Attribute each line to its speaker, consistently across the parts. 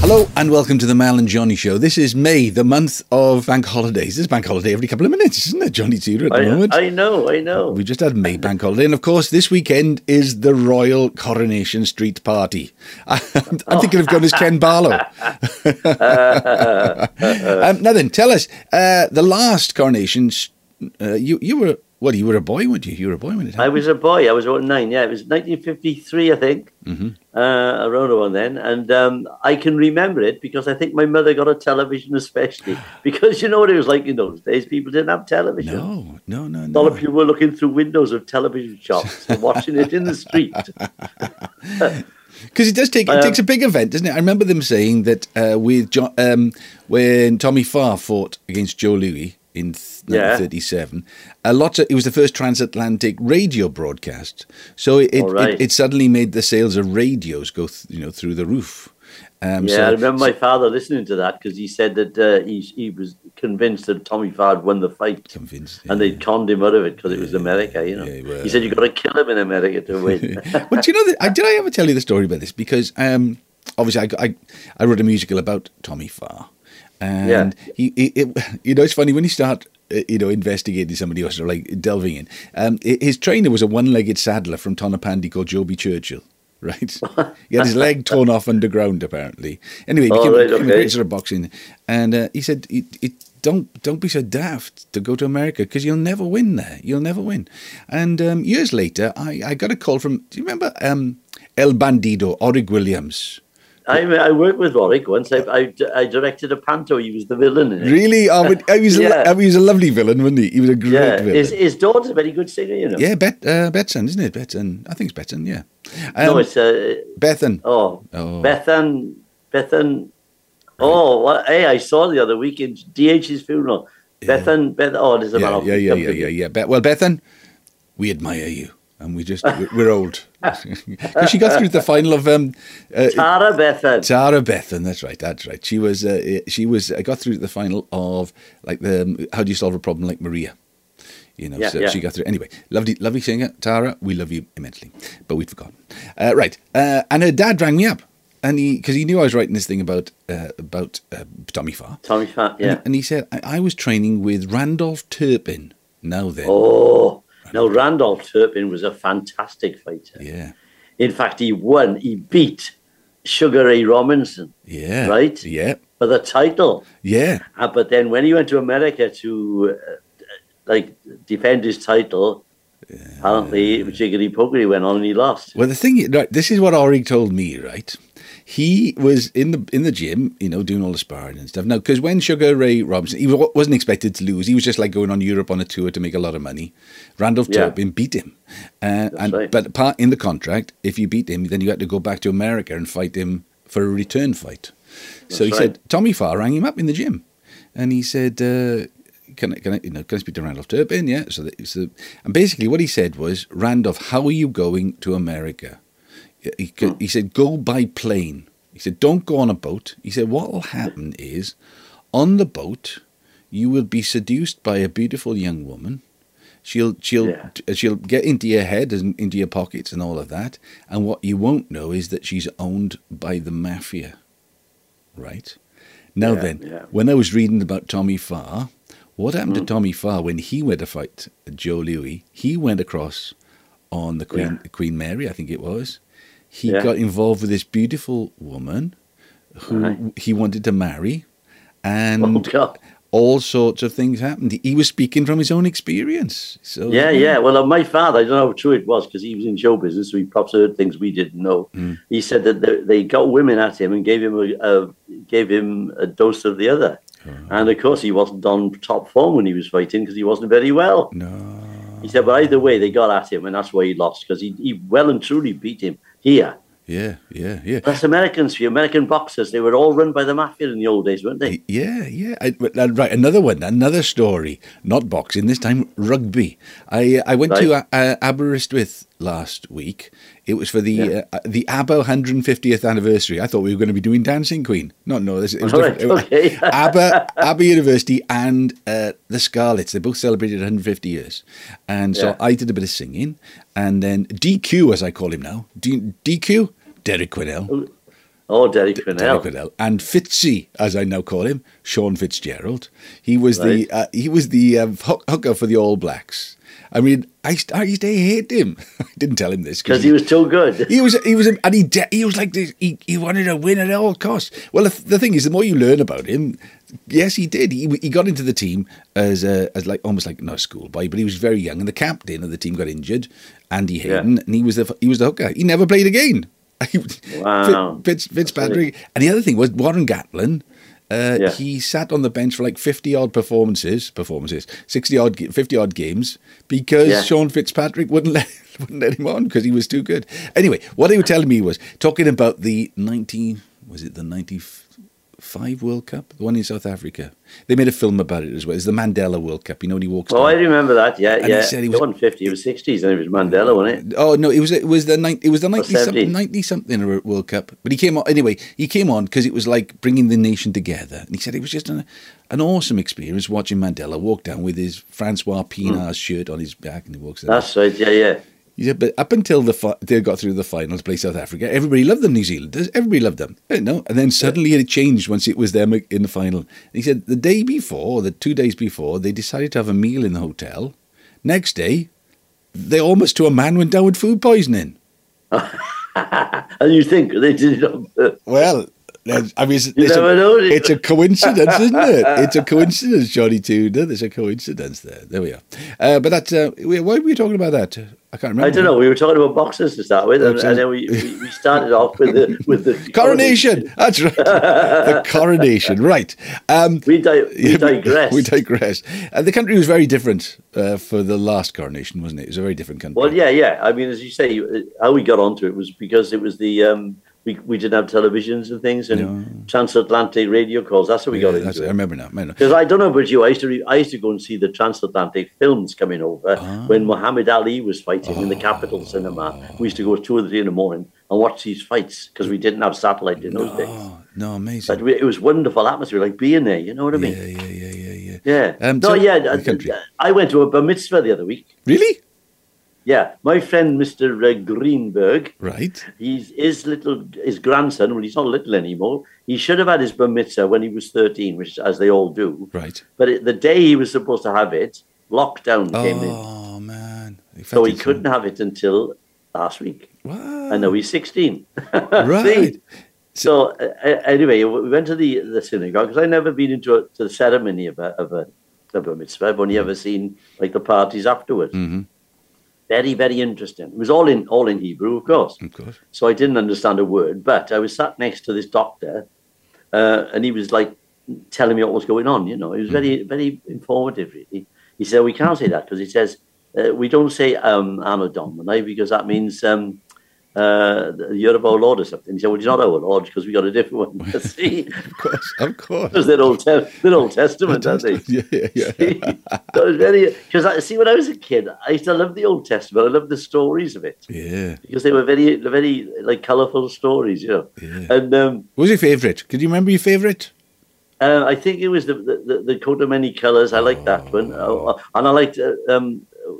Speaker 1: Hello and welcome to the Mal and Johnny Show. This is May, the month of bank holidays. There's bank holiday every couple of minutes, isn't it, Johnny Tudor? At
Speaker 2: Oh,
Speaker 1: the moment,
Speaker 2: I, I know, I know.
Speaker 1: we just had May bank holiday, and of course, this weekend is the Royal Coronation Street Party. I, am thinking of going as Ken Barlow. um, now then, tell us uh, the last coronation. s- Uh, you you were well, you were a boy, weren't you? You were a boy when it
Speaker 2: I
Speaker 1: happened.
Speaker 2: was a boy. I was about nine. Yeah, it was 1953, I think,
Speaker 1: Mm-hmm.
Speaker 2: uh, around around then. And um, I can remember it because I think my mother got a television, especially because you know what it was like in those days. People didn't have television.
Speaker 1: no, no, no,
Speaker 2: A lot of
Speaker 1: no.
Speaker 2: people were looking through windows of television shops and watching it in the street.
Speaker 1: Because it does take it
Speaker 2: Um,
Speaker 1: takes a big event, doesn't it? I remember them saying that uh, with jo- um, when Tommy Farr fought against Joe Louis in th-
Speaker 2: Yeah.
Speaker 1: 1937, a lot of, it was the first transatlantic radio broadcast, so it it,
Speaker 2: All right.
Speaker 1: it, it suddenly made the sales of radios go th- you know through the roof. Um,
Speaker 2: Yeah,
Speaker 1: so-
Speaker 2: I remember my father listening to that because he said that uh, he, he was convinced that Tommy Farr had won the fight.
Speaker 1: Convinced,
Speaker 2: And they conned him out of it because it was America, you know.
Speaker 1: Yeah, well-
Speaker 2: he said, you've got to kill him in America to win.
Speaker 1: But do you know, that, I- did I ever tell you the story about this? Because um, obviously, I, I, I wrote a musical about Tommy Farr, and he, he- it, you know, it's funny when you start, uh, you know, investigating somebody else or like delving in. Um, i- his trainer was a one-legged saddler from Tonopandi called Joby Churchill. Right, he had his leg torn off underground. Apparently, anyway, he
Speaker 2: Oh,
Speaker 1: became,
Speaker 2: right,
Speaker 1: became a
Speaker 2: okay.
Speaker 1: great sort of boxing, and uh, he said, it, it, "Don't don't be so daft to go to America because you'll never win there. You'll never win." And um, years later, I, I got a call from. Do you remember um, El Bandido, Orig Williams?
Speaker 2: I, I worked with Warwick once. I, I, I directed a panto. He was the villain in it.
Speaker 1: Really? Oh, but he was a,
Speaker 2: Yeah.
Speaker 1: lo- he was a lovely villain, wasn't he? He was a great
Speaker 2: Yeah,
Speaker 1: villain.
Speaker 2: his, his daughter's a very good singer, you know.
Speaker 1: yeah, Bet, uh, Betson, isn't it? Betson, I think it's Betson. Yeah, um,
Speaker 2: No, it's uh,
Speaker 1: Bethan.
Speaker 2: oh,
Speaker 1: Oh.
Speaker 2: Bethan, Bethan. Oh, what, hey, I saw the other week in DH's funeral. Bethan, Beth. Oh, there's a
Speaker 1: yeah,
Speaker 2: man.
Speaker 1: yeah, yeah, yeah, yeah, yeah. Bet well, Bethan, we admire you, and we just we're, we're old because she got through to the final of um, uh,
Speaker 2: Tara Bethan.
Speaker 1: Tara Bethan, that's right, that's right. She was, uh, she was. I got through to the final of like the um, how do you solve a problem like Maria, you know.
Speaker 2: Yeah,
Speaker 1: so
Speaker 2: yeah.
Speaker 1: she got through anyway. Lovely, lovely singer, Tara. We love you immensely, but we'd forgotten. Uh, right, uh, and her dad rang me up, and he because he knew I was writing this thing about uh, about uh, Tommy Farr,
Speaker 2: Tommy Fan. Yeah.
Speaker 1: and, and he said I, I was training with Randolph Turpin. Now then,
Speaker 2: Oh, no, Randolph Turpin was a fantastic fighter.
Speaker 1: yeah,
Speaker 2: In fact, he won. He beat Sugar Ray Robinson
Speaker 1: yeah,
Speaker 2: Right?
Speaker 1: yeah,
Speaker 2: for the title.
Speaker 1: yeah,
Speaker 2: Uh, but then when he went to America to uh, like defend his title, apparently jiggity pokery went on and he lost.
Speaker 1: Well, the thing, is- right, this is what Orig told me, right? He was in the in the gym, you know, doing all the sparring and stuff. Now, because when Sugar Ray Robinson, he wa- wasn't expected to lose. He was just like going on Europe on a tour to make a lot of money. Randolph
Speaker 2: Yeah.
Speaker 1: Turpin beat him, uh, and
Speaker 2: right.
Speaker 1: but part in the contract, if you beat him, then you had to go back to America and fight him for a return fight. so he
Speaker 2: That's
Speaker 1: said
Speaker 2: right.
Speaker 1: Tommy Farr rang him up in the gym, and he said, uh, "Can I, can I, you know, can I speak to Randolph Turpin?" Yeah. So, that, so, and basically what he said was, "Randolph, how are you going to America?" He,
Speaker 2: Hmm.
Speaker 1: c- he said, "Go by plane." He said, "Don't go on a boat." He said, "What will happen is, on the boat, you will be seduced by a beautiful young woman." She'll she'll
Speaker 2: Yeah. Yeah,
Speaker 1: then,
Speaker 2: yeah. Hmm.
Speaker 1: when I was reading about Tommy Farr, what happened to Tommy Farr when he went to fight Joe Louis? He went across on the Queen Queen Mary, I think it was. He
Speaker 2: Yeah.
Speaker 1: got involved with this beautiful woman who
Speaker 2: Right.
Speaker 1: he wanted to marry,
Speaker 2: Oh
Speaker 1: and
Speaker 2: God.
Speaker 1: all sorts of things happened. He was speaking from his own experience. So
Speaker 2: Yeah, yeah. Well, uh, my father, I don't know how true it was because he was in show business, so he perhaps heard things we didn't know. He said that they, they got women at him and gave him a, a gave him a dose of the other, and of course he wasn't on top form when he was fighting because he wasn't very well.
Speaker 1: No.
Speaker 2: He said, but either way, they got at him, and that's why he lost because he, he well and truly beat him here.
Speaker 1: Yeah, yeah, yeah.
Speaker 2: That's Americans for you. American boxers. They were all run by the mafia in the old days, weren't they?
Speaker 1: Yeah, yeah. I, but, uh, right, another one, another story. Not boxing this time, rugby. I uh, I went to uh, uh, Aberystwyth last week. It was for the
Speaker 2: Yeah.
Speaker 1: uh, uh, the ABBA 150th anniversary. I thought we were going to be doing Dancing Queen. No, no, this it was
Speaker 2: All right,
Speaker 1: different.
Speaker 2: okay.
Speaker 1: ABBA, ABBA University, and uh, the Scarlets. They both celebrated 150 years, and so
Speaker 2: Yeah.
Speaker 1: I did a bit of singing, and then DQ, as I call him now, D- DQ, Derek Quinnell.
Speaker 2: Oh, Derek
Speaker 1: Derek
Speaker 2: Quinnell.
Speaker 1: Goodell, and Fitzy, as I now call him, Sean Fitzgerald. He was
Speaker 2: Right.
Speaker 1: the uh, he was the um, hook- hooker for the All Blacks. I mean, I, used- I used to hate him. I didn't tell him this
Speaker 2: Because he was so good.
Speaker 1: He was, he was, and he de- he was like this. He, he wanted to win at all costs. Well, the, the thing is, the more you learn about him, yes, he did. He, he got into the team as a, as like almost like not a schoolboy, but he was very young, and the captain of the team got injured, Andy Hayden, and he was the he was the hooker. He never played again.
Speaker 2: Wow.
Speaker 1: Fitz, Fitzpatrick. And the other thing was Warren Gatlin. Uh,
Speaker 2: Yeah.
Speaker 1: He sat on the bench for like fifty odd performances, performances, sixty odd, ga- fifty odd games because
Speaker 2: Yeah.
Speaker 1: Sean Fitzpatrick wouldn't let wouldn't let him on because he was too good. Anyway, what they were telling me was talking about the nineteen was it the ninety five World Cup, the one in South Africa. They made a film about it as well. It's the Mandela World Cup. You know when he walks.
Speaker 2: Oh, I
Speaker 1: down-
Speaker 2: remember that. Yeah,
Speaker 1: he
Speaker 2: yeah.
Speaker 1: said he
Speaker 2: It
Speaker 1: was-
Speaker 2: wasn't 50, it was 60s, and it was Mandela, wasn't it?
Speaker 1: Oh no, it was it was the nine, it was the ninety
Speaker 2: 70.
Speaker 1: something, ninety something World Cup. But he came on anyway. He came on because it was like bringing the nation together. And he said it was just an, an awesome experience watching Mandela walk down with his Francois Pienaar's shirt on his back, and he walks. down.
Speaker 2: That's right. Yeah, yeah.
Speaker 1: He said, but up until the fi- they got through the finals, play South Africa, everybody loved the New Zealanders. Everybody loved them. I didn't know. And then suddenly it changed once it was them in the final. And he said the day before, the two days before, they decided to have a meal in the hotel. Next day, they almost to a man went down with food poisoning.
Speaker 2: And you think they did it on purpose.
Speaker 1: Well, that's- I mean, it's,
Speaker 2: You
Speaker 1: it's
Speaker 2: never
Speaker 1: a,
Speaker 2: know.
Speaker 1: it's a coincidence, isn't it? It's a coincidence, Johnny Tudor. There's a coincidence there. There we are. Uh, but that's uh, we- why were we talking about that? I can't remember.
Speaker 2: I don't know. We were talking about boxers to start with, and,
Speaker 1: Boxers.
Speaker 2: and then we, we we started off with the with the
Speaker 1: Coronation. That's right. the coronation. Right. Um,
Speaker 2: We, di- we digress.
Speaker 1: we digress. Uh, the country was very different uh, for the last coronation, wasn't it? It was a very different country.
Speaker 2: Well, yeah, yeah. I mean, as you say, uh, how we got onto it was because it was the um, we we didn't have televisions and things and transatlantic radio calls. That's how we
Speaker 1: Yeah,
Speaker 2: got
Speaker 1: that's-
Speaker 2: into
Speaker 1: I
Speaker 2: it.
Speaker 1: remember now. I remember now.
Speaker 2: Because I don't know about you, I used to re- I used to go and see the transatlantic films coming over
Speaker 1: Ah.
Speaker 2: when Muhammad Ali was fighting in the Capitol Cinema. We used to go at two or three in the morning and watch these fights because we didn't have satellite in those days.
Speaker 1: Oh, no, amazing.
Speaker 2: But we, it was wonderful atmosphere, like being there. You know what I
Speaker 1: Yeah,
Speaker 2: mean?
Speaker 1: yeah, yeah, yeah, yeah.
Speaker 2: Yeah.
Speaker 1: Um,
Speaker 2: no,
Speaker 1: so-
Speaker 2: yeah.
Speaker 1: the
Speaker 2: I-
Speaker 1: country.
Speaker 2: I went to a bar mitzvah the other week.
Speaker 1: Really?
Speaker 2: Yeah, my friend Mr. uh, Greenberg.
Speaker 1: Right.
Speaker 2: He's his little his grandson. Well, he's not little anymore. He should have had his bar mitzvah when he was thirteen, which as they all do.
Speaker 1: Right.
Speaker 2: But it, the day he was supposed to have it, lockdown came in,
Speaker 1: Oh, man.
Speaker 2: so he couldn't have it until last week.
Speaker 1: What?
Speaker 2: And now he's sixteen.
Speaker 1: Right.
Speaker 2: See? So uh, uh, anyway, we went to the, the synagogue because I've never been into a, to the ceremony of a, of a, of a mitzvah. I've only ever seen like the parties afterwards.
Speaker 1: Mhm.
Speaker 2: Very, very interesting. It was all in all in Hebrew, of course.
Speaker 1: Of course.
Speaker 2: So I didn't understand a word, but I was sat next to this doctor, uh, and he was like telling me what was going on. You know, it was very, very informative. Really, he said we can't say that because he says uh, we don't say um, Anno Domini because that means um, uh, the year of our Lord or something. He said, well, it's not our Lord because we got a different one. See,
Speaker 1: Of course. Of course.
Speaker 2: because they're Old, Te- they're Old Testament, aren't they?
Speaker 1: yeah, yeah, yeah.
Speaker 2: See? that was very because I see when I was a kid, I used to love the Old Testament. I loved the stories of it
Speaker 1: Yeah.
Speaker 2: because they were very, very like colourful stories, you know.
Speaker 1: Yeah.
Speaker 2: And um,
Speaker 1: What was your favourite? Could you remember your favourite?
Speaker 2: uh, I think it was the the, the, the coat of many colours. I liked that one, Oh, and I liked uh, um,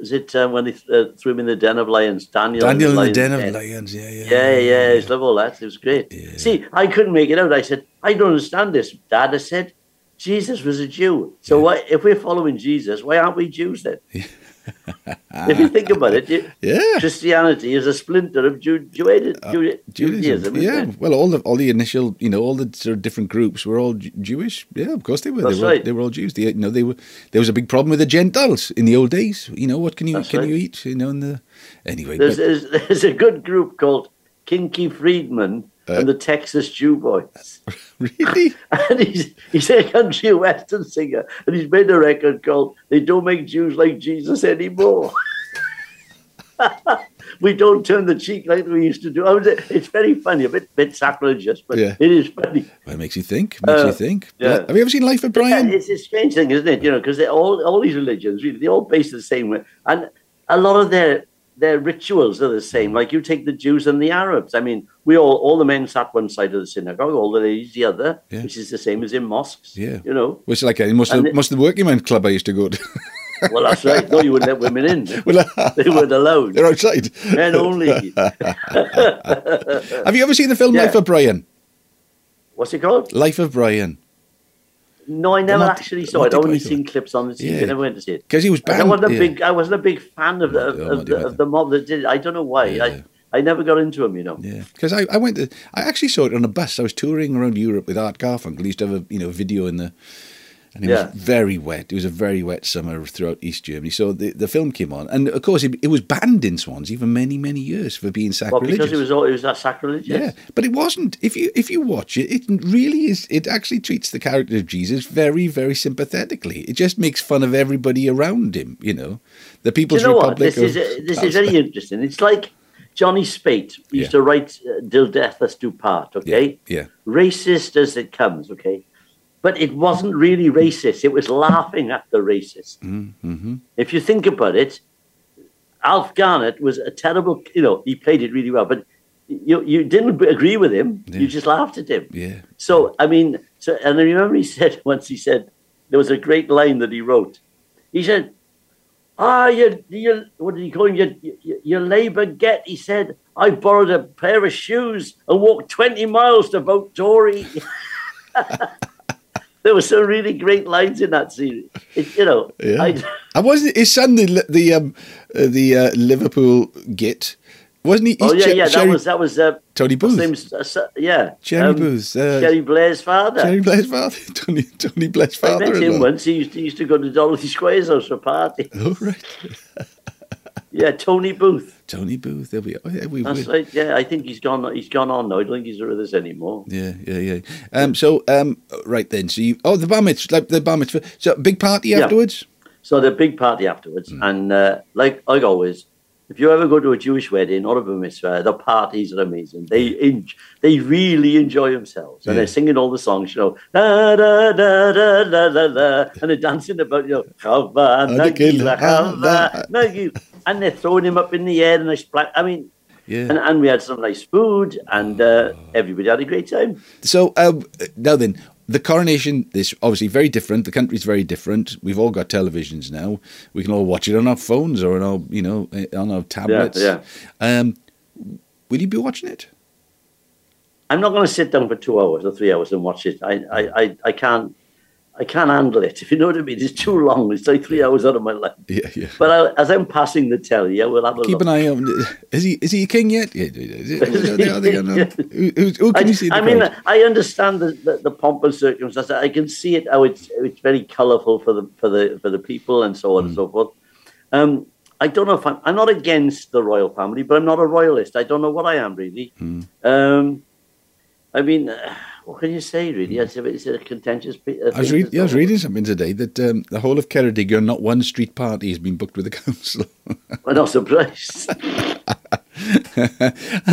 Speaker 2: was it um, when they th- uh, threw him in the den of lions, Daniel.
Speaker 1: Daniel in the
Speaker 2: lion's
Speaker 1: Den of Lions. Yeah, yeah.
Speaker 2: Yeah, yeah, I used to love all that. It was great.
Speaker 1: Yeah.
Speaker 2: See, I couldn't make it out. I said, I don't understand this. Dad, I said, Jesus was a Jew. So why, if we're following Jesus, why aren't we Jews then?
Speaker 1: Ah.
Speaker 2: if you think about it, you-
Speaker 1: Yeah.
Speaker 2: Christianity is a splinter of Ju- Ju- Ju-
Speaker 1: Uh, Judaism.
Speaker 2: Judaism. isn't
Speaker 1: yeah.
Speaker 2: it?
Speaker 1: Well, all the all the initial, you know, all the sort of different groups were all Ju- Jewish. Yeah, of course they were.
Speaker 2: That's
Speaker 1: they were
Speaker 2: right.
Speaker 1: they were all Jews. They, you know, they were there was a big problem with the Gentiles in the old days. You know, what can you
Speaker 2: That's
Speaker 1: can
Speaker 2: right.
Speaker 1: you eat? You know, in the anyway.
Speaker 2: There's,
Speaker 1: but-
Speaker 2: there's, there's a good group called Kinky Friedman and the Texas Jew Boys.
Speaker 1: really?
Speaker 2: And he's, he's a country western singer, and he's made a record called They Don't Make Jews Like Jesus Anymore. we don't turn the cheek like we used to do. I was, it's very funny, a bit, bit sacrilegious, but
Speaker 1: Yeah.
Speaker 2: it is funny.
Speaker 1: Well, it makes you think. Makes
Speaker 2: Uh,
Speaker 1: you think.
Speaker 2: yeah.
Speaker 1: Have you ever seen Life of Brian?
Speaker 2: Yeah, it's a strange thing, isn't it? You know, because all all these religions, really, they all based the same way, and a lot of their their rituals are the same. Like you take the Jews and the Arabs. I mean, we all all the men sat one side of the synagogue, all the ladies the other,
Speaker 1: Yeah.
Speaker 2: which is the same as in mosques.
Speaker 1: Yeah.
Speaker 2: you know.
Speaker 1: Which like uh, most of
Speaker 2: And
Speaker 1: the,
Speaker 2: it-
Speaker 1: most of the working men club I used to go to.
Speaker 2: Well, that's right. No, you wouldn't let women in.
Speaker 1: Well,
Speaker 2: They weren't allowed.
Speaker 1: They're outside.
Speaker 2: Men only.
Speaker 1: Have you ever seen the film
Speaker 2: Yeah.
Speaker 1: Life of Brian?
Speaker 2: What's it called?
Speaker 1: Life of Brian.
Speaker 2: No, I never
Speaker 1: Monty-
Speaker 2: actually saw it.
Speaker 1: Monty
Speaker 2: I only
Speaker 1: Python.
Speaker 2: seen clips on the TV.
Speaker 1: Yeah.
Speaker 2: I never went to see it.
Speaker 1: Because he was
Speaker 2: I
Speaker 1: banned.
Speaker 2: wasn't a
Speaker 1: yeah.
Speaker 2: big. I wasn't a big fan of the of,
Speaker 1: Monty-
Speaker 2: of, the,
Speaker 1: Monty
Speaker 2: of the mob that did it. I don't know why.
Speaker 1: Yeah.
Speaker 2: I I never got into them. You know.
Speaker 1: Yeah, because I, I went to I actually saw it on a bus. I was touring around Europe with Art Garfunkel. He used to have a you know video in the, and it
Speaker 2: Yeah.
Speaker 1: was very wet. It was a very wet summer throughout East Germany. So the, the film came on, and of course it, it was banned in Swansea for many many years for being
Speaker 2: But
Speaker 1: sacrilegious.
Speaker 2: because it was all it was that sacrilegious.
Speaker 1: yeah, but it wasn't. If you if you watch it, it really is. It actually treats the character of Jesus very very sympathetically. It just makes fun of everybody around him. You know, the
Speaker 2: Do
Speaker 1: People's
Speaker 2: you know what?
Speaker 1: Republic. of
Speaker 2: This is uh, this is
Speaker 1: Palestine.
Speaker 2: very interesting. It's like Johnny Spate used
Speaker 1: Yeah.
Speaker 2: to write uh, "Till Death Us Do Part."
Speaker 1: yeah,
Speaker 2: Okay,
Speaker 1: yeah,
Speaker 2: racist as it comes. Okay, but it wasn't really racist. It was laughing at the racist.
Speaker 1: mm-hmm.
Speaker 2: If you think about it, Alf Garnett was a terrible. You know, he played it really well, but you you didn't agree with him.
Speaker 1: Yeah.
Speaker 2: You just laughed at him.
Speaker 1: yeah,
Speaker 2: So I mean, so and I remember he said once he said there was a great line that he wrote. He said, "Ah, you, you what did he call him? Your, your, your Labour get?" He said, "I borrowed a pair of shoes and walked twenty miles to vote Tory." there were some really great lines in that series. It, you know,
Speaker 1: Yeah.
Speaker 2: I,
Speaker 1: And wasn't his son the the um uh, the uh, Liverpool git? Wasn't he?
Speaker 2: oh
Speaker 1: he's
Speaker 2: yeah,
Speaker 1: Che-
Speaker 2: yeah, that
Speaker 1: Cherry-
Speaker 2: was that was uh,
Speaker 1: Tony
Speaker 2: what's
Speaker 1: Booth.
Speaker 2: his name? Uh, yeah,
Speaker 1: Jerry Booth, uh,
Speaker 2: Jerry Blair's father.
Speaker 1: Jerry Blair's father, Tony Tony Blair's
Speaker 2: I
Speaker 1: father.
Speaker 2: met
Speaker 1: as
Speaker 2: him
Speaker 1: well.
Speaker 2: once. He used, he used to go to Dolly Square's house for party.
Speaker 1: Oh right,
Speaker 2: Yeah, Tony Booth.
Speaker 1: Tony Booth. There we are. Oh, yeah, we
Speaker 2: That's
Speaker 1: will.
Speaker 2: right. Yeah, I think he's gone. He's gone on now. I don't think he's with us anymore.
Speaker 1: Yeah, yeah, yeah. Um, so um, right then. So you oh the bar mitzvah, like the bar mitzvah. So big party
Speaker 2: Yeah.
Speaker 1: afterwards.
Speaker 2: So the big party afterwards, and uh, like like always, if you ever go to a Jewish wedding or a bar mitzvah, the parties are amazing. They en- they really enjoy themselves, and
Speaker 1: Yeah.
Speaker 2: they're singing all the songs. You know, da da da da da da, da and they're dancing about. You know, Chava, Nagila, Chava, Nagila, and they're throwing him up in the air, and they splat. I mean,
Speaker 1: Yeah.
Speaker 2: and, and we had some nice food, and uh, everybody had a great time.
Speaker 1: So um, now then, the coronation. This obviously very different. The country's very different. We've all got televisions now. We can all watch it on our phones or on our you know eh, on our tablets.
Speaker 2: yeah.
Speaker 1: Um, will you be watching it?
Speaker 2: I'm not going to sit down for two hours or three hours and watch it. I, I, I, I can't. I can't handle it. If you know what I mean, it's too long. It's like three hours out of my life.
Speaker 1: Yeah, yeah.
Speaker 2: But I, as I'm passing the telly, I will have a
Speaker 1: Keep
Speaker 2: look.
Speaker 1: an eye on. Is he is he a king yet? Yeah, is it, are they- are they gonna- who, who, who can
Speaker 2: I,
Speaker 1: you see? in The
Speaker 2: I mean,
Speaker 1: crowd?
Speaker 2: I understand the, the, the pomp and circumstance. I can see it. How it's it's very colourful for the for the for the people and so on
Speaker 1: Mm.
Speaker 2: and so forth. Um, I don't know if I'm I'm not against the royal family, but I'm not a royalist. I don't know what I am really.
Speaker 1: Mm.
Speaker 2: Um, I mean, uh, what can you say really?
Speaker 1: Mm.
Speaker 2: It's a, it's a contentious. pe- uh,
Speaker 1: I was
Speaker 2: thing,
Speaker 1: reading.
Speaker 2: isn't
Speaker 1: Yeah, I was
Speaker 2: it?
Speaker 1: reading something today that um, the whole of Ceredigion, not one street party has been booked with the council.
Speaker 2: I'm not surprised.
Speaker 1: and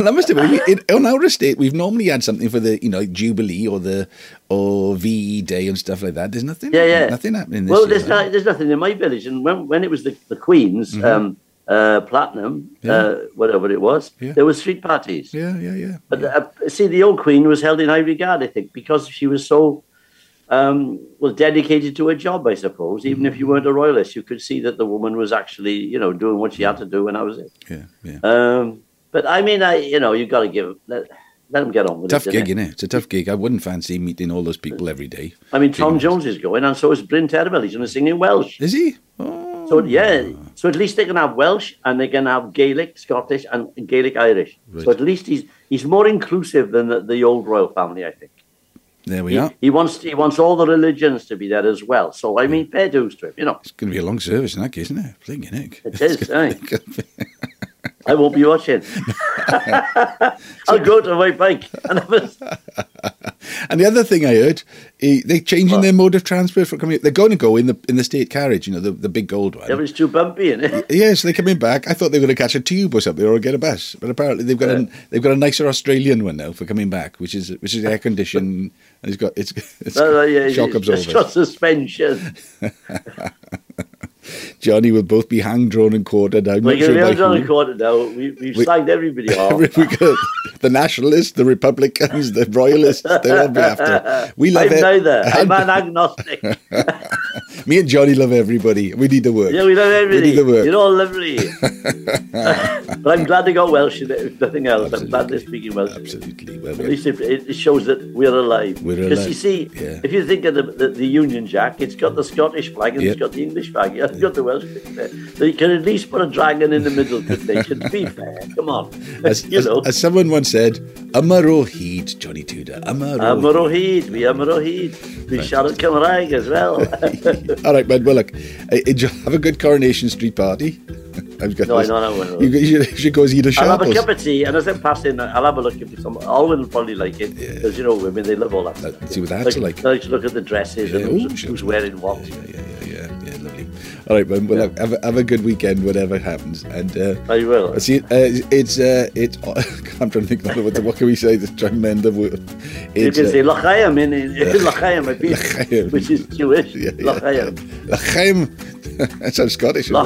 Speaker 1: I must have we, in, on our estate we've normally had something for the you know Jubilee or the or VE Day and stuff like that. There's nothing.
Speaker 2: Yeah, yeah.
Speaker 1: Nothing happening. This
Speaker 2: well,
Speaker 1: year. eh? Mm-hmm.
Speaker 2: there's, no, there's nothing in my village. And when, when it was the, the Queen's um, uh, platinum,
Speaker 1: Yeah.
Speaker 2: uh, whatever it was,
Speaker 1: Yeah.
Speaker 2: there were street parties.
Speaker 1: Yeah, yeah, yeah.
Speaker 2: But uh, see, the old Queen was held in high regard, I think, because she was so um, well dedicated to her job. I suppose, even if you
Speaker 1: Mm-hmm.
Speaker 2: weren't a royalist, you could see that the woman was actually, you know, doing what she had to do, and that was it.
Speaker 1: yeah, yeah.
Speaker 2: Um, but I mean, I you know, you got to give let, let 'em get on with
Speaker 1: tough
Speaker 2: it.
Speaker 1: gig,
Speaker 2: innit?
Speaker 1: innit? It's a tough gig. I wouldn't fancy meeting all those people every day.
Speaker 2: I mean, Tom
Speaker 1: Gig.
Speaker 2: Jones is going, and so is Bryn Terrell. He's going to sing in Welsh.
Speaker 1: Is he? Oh.
Speaker 2: So yeah, so at least they can have Welsh and they can have Gaelic, Scottish, and Gaelic Irish.
Speaker 1: Right.
Speaker 2: So at least he's he's more inclusive than the, the old royal family, I think.
Speaker 1: There we
Speaker 2: He,
Speaker 1: are.
Speaker 2: he wants he wants all the religions to be there as well. So I mean, fair dues to him, you know.
Speaker 1: It's going to be a long service in that case, isn't it? Blinking heck.
Speaker 2: It is, eh? I won't be watching. I'll go to my bike and have a,
Speaker 1: And the other thing I heard, eh, they're changing
Speaker 2: What?
Speaker 1: their mode of transport for coming. They're going to go in the in the state carriage, you know, the, the big gold one.
Speaker 2: if it's too bumpy in it.
Speaker 1: Yes, they're coming back. I thought they were going to catch a tube or something, or get a bus. But apparently, they've got a, they've got a nicer Australian one now for coming back, which is which is air conditioned and it's got it's, it's got shock
Speaker 2: uh, it's, it's
Speaker 1: absorbers.
Speaker 2: got suspension.
Speaker 1: Johnny will both be hang drawn and quartered. I'm
Speaker 2: We're
Speaker 1: not sure
Speaker 2: going to be
Speaker 1: about
Speaker 2: on a
Speaker 1: who.
Speaker 2: quarter now. We, we've
Speaker 1: We-
Speaker 2: slagged everybody off.
Speaker 1: we
Speaker 2: Oh.
Speaker 1: got the nationalists, the republicans, the royalists. They'll all be after. We love
Speaker 2: I'm
Speaker 1: it.
Speaker 2: neither. I'm an agnostic.
Speaker 1: Me and Johnny love everybody. We need to work.
Speaker 2: Yeah, we love everything.
Speaker 1: We need to work.
Speaker 2: You're all lovely. but I'm glad they got Welsh, in it, if nothing else. I'm glad they're speaking Welsh.
Speaker 1: Absolutely. Well,
Speaker 2: At
Speaker 1: well,
Speaker 2: least it, it shows that we're alive.
Speaker 1: We're
Speaker 2: Because you
Speaker 1: alive,
Speaker 2: see,
Speaker 1: yeah. Mm.
Speaker 2: if you think of the, the, the Union Jack, it's got the Scottish flag and it's
Speaker 1: Yeah.
Speaker 2: got the English flag. It's got the Welsh flag there. So you can at least put a dragon in the middle, good nation. Be fair. Come on.
Speaker 1: as,
Speaker 2: you
Speaker 1: as,
Speaker 2: know.
Speaker 1: as someone once said, Amaro Heed, Johnny Tudor. Amaro.
Speaker 2: Amarohid, we Amarohid. We Sharon Kamaraig as well.
Speaker 1: All right, man. Well, look, eh, I- enjoy, have a good Coronation Street party. I've got
Speaker 2: No, I
Speaker 1: this.
Speaker 2: know that one.
Speaker 1: You, go- you should- you should go and eat a
Speaker 2: I'll have a
Speaker 1: sharples.
Speaker 2: cup of tea, and as I'm passing, I'll have a look at some. Alwyn will probably like it because you know women they love all that.
Speaker 1: Let's
Speaker 2: stuff.
Speaker 1: Uh, see what the hats
Speaker 2: like,
Speaker 1: are like.
Speaker 2: They like to look at the dresses
Speaker 1: Yeah,
Speaker 2: and
Speaker 1: ooh,
Speaker 2: who's,
Speaker 1: sure.
Speaker 2: who's wearing what.
Speaker 1: Yeah, yeah, yeah, yeah, yeah, lovely. All right, man. Well, look, have, a, have a good weekend, whatever happens. And uh,
Speaker 2: I Oh, will.
Speaker 1: I see. Uh, it's uh, it's. I'm trying to think. Of what, what can we say? This tremendous word.
Speaker 2: You
Speaker 1: It's,
Speaker 2: can
Speaker 1: uh,
Speaker 2: say Lachaim in in- Lachaim, I
Speaker 1: L'chaim.
Speaker 2: think, which is Jewish.
Speaker 1: yeah, yeah.
Speaker 2: Lachaim,
Speaker 1: L'chaim. that sounds Scottish. as well.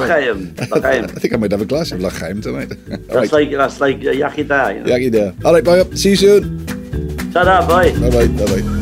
Speaker 2: Lachaim,
Speaker 1: I
Speaker 2: Lachaim.
Speaker 1: think I might have a glass of L'chaim tonight. All right.
Speaker 2: That's like that's like uh, Yachida. You know?
Speaker 1: Yaki there. All right, bye up. See you soon.
Speaker 2: Ta-da, bye.
Speaker 1: Bye bye. Bye bye.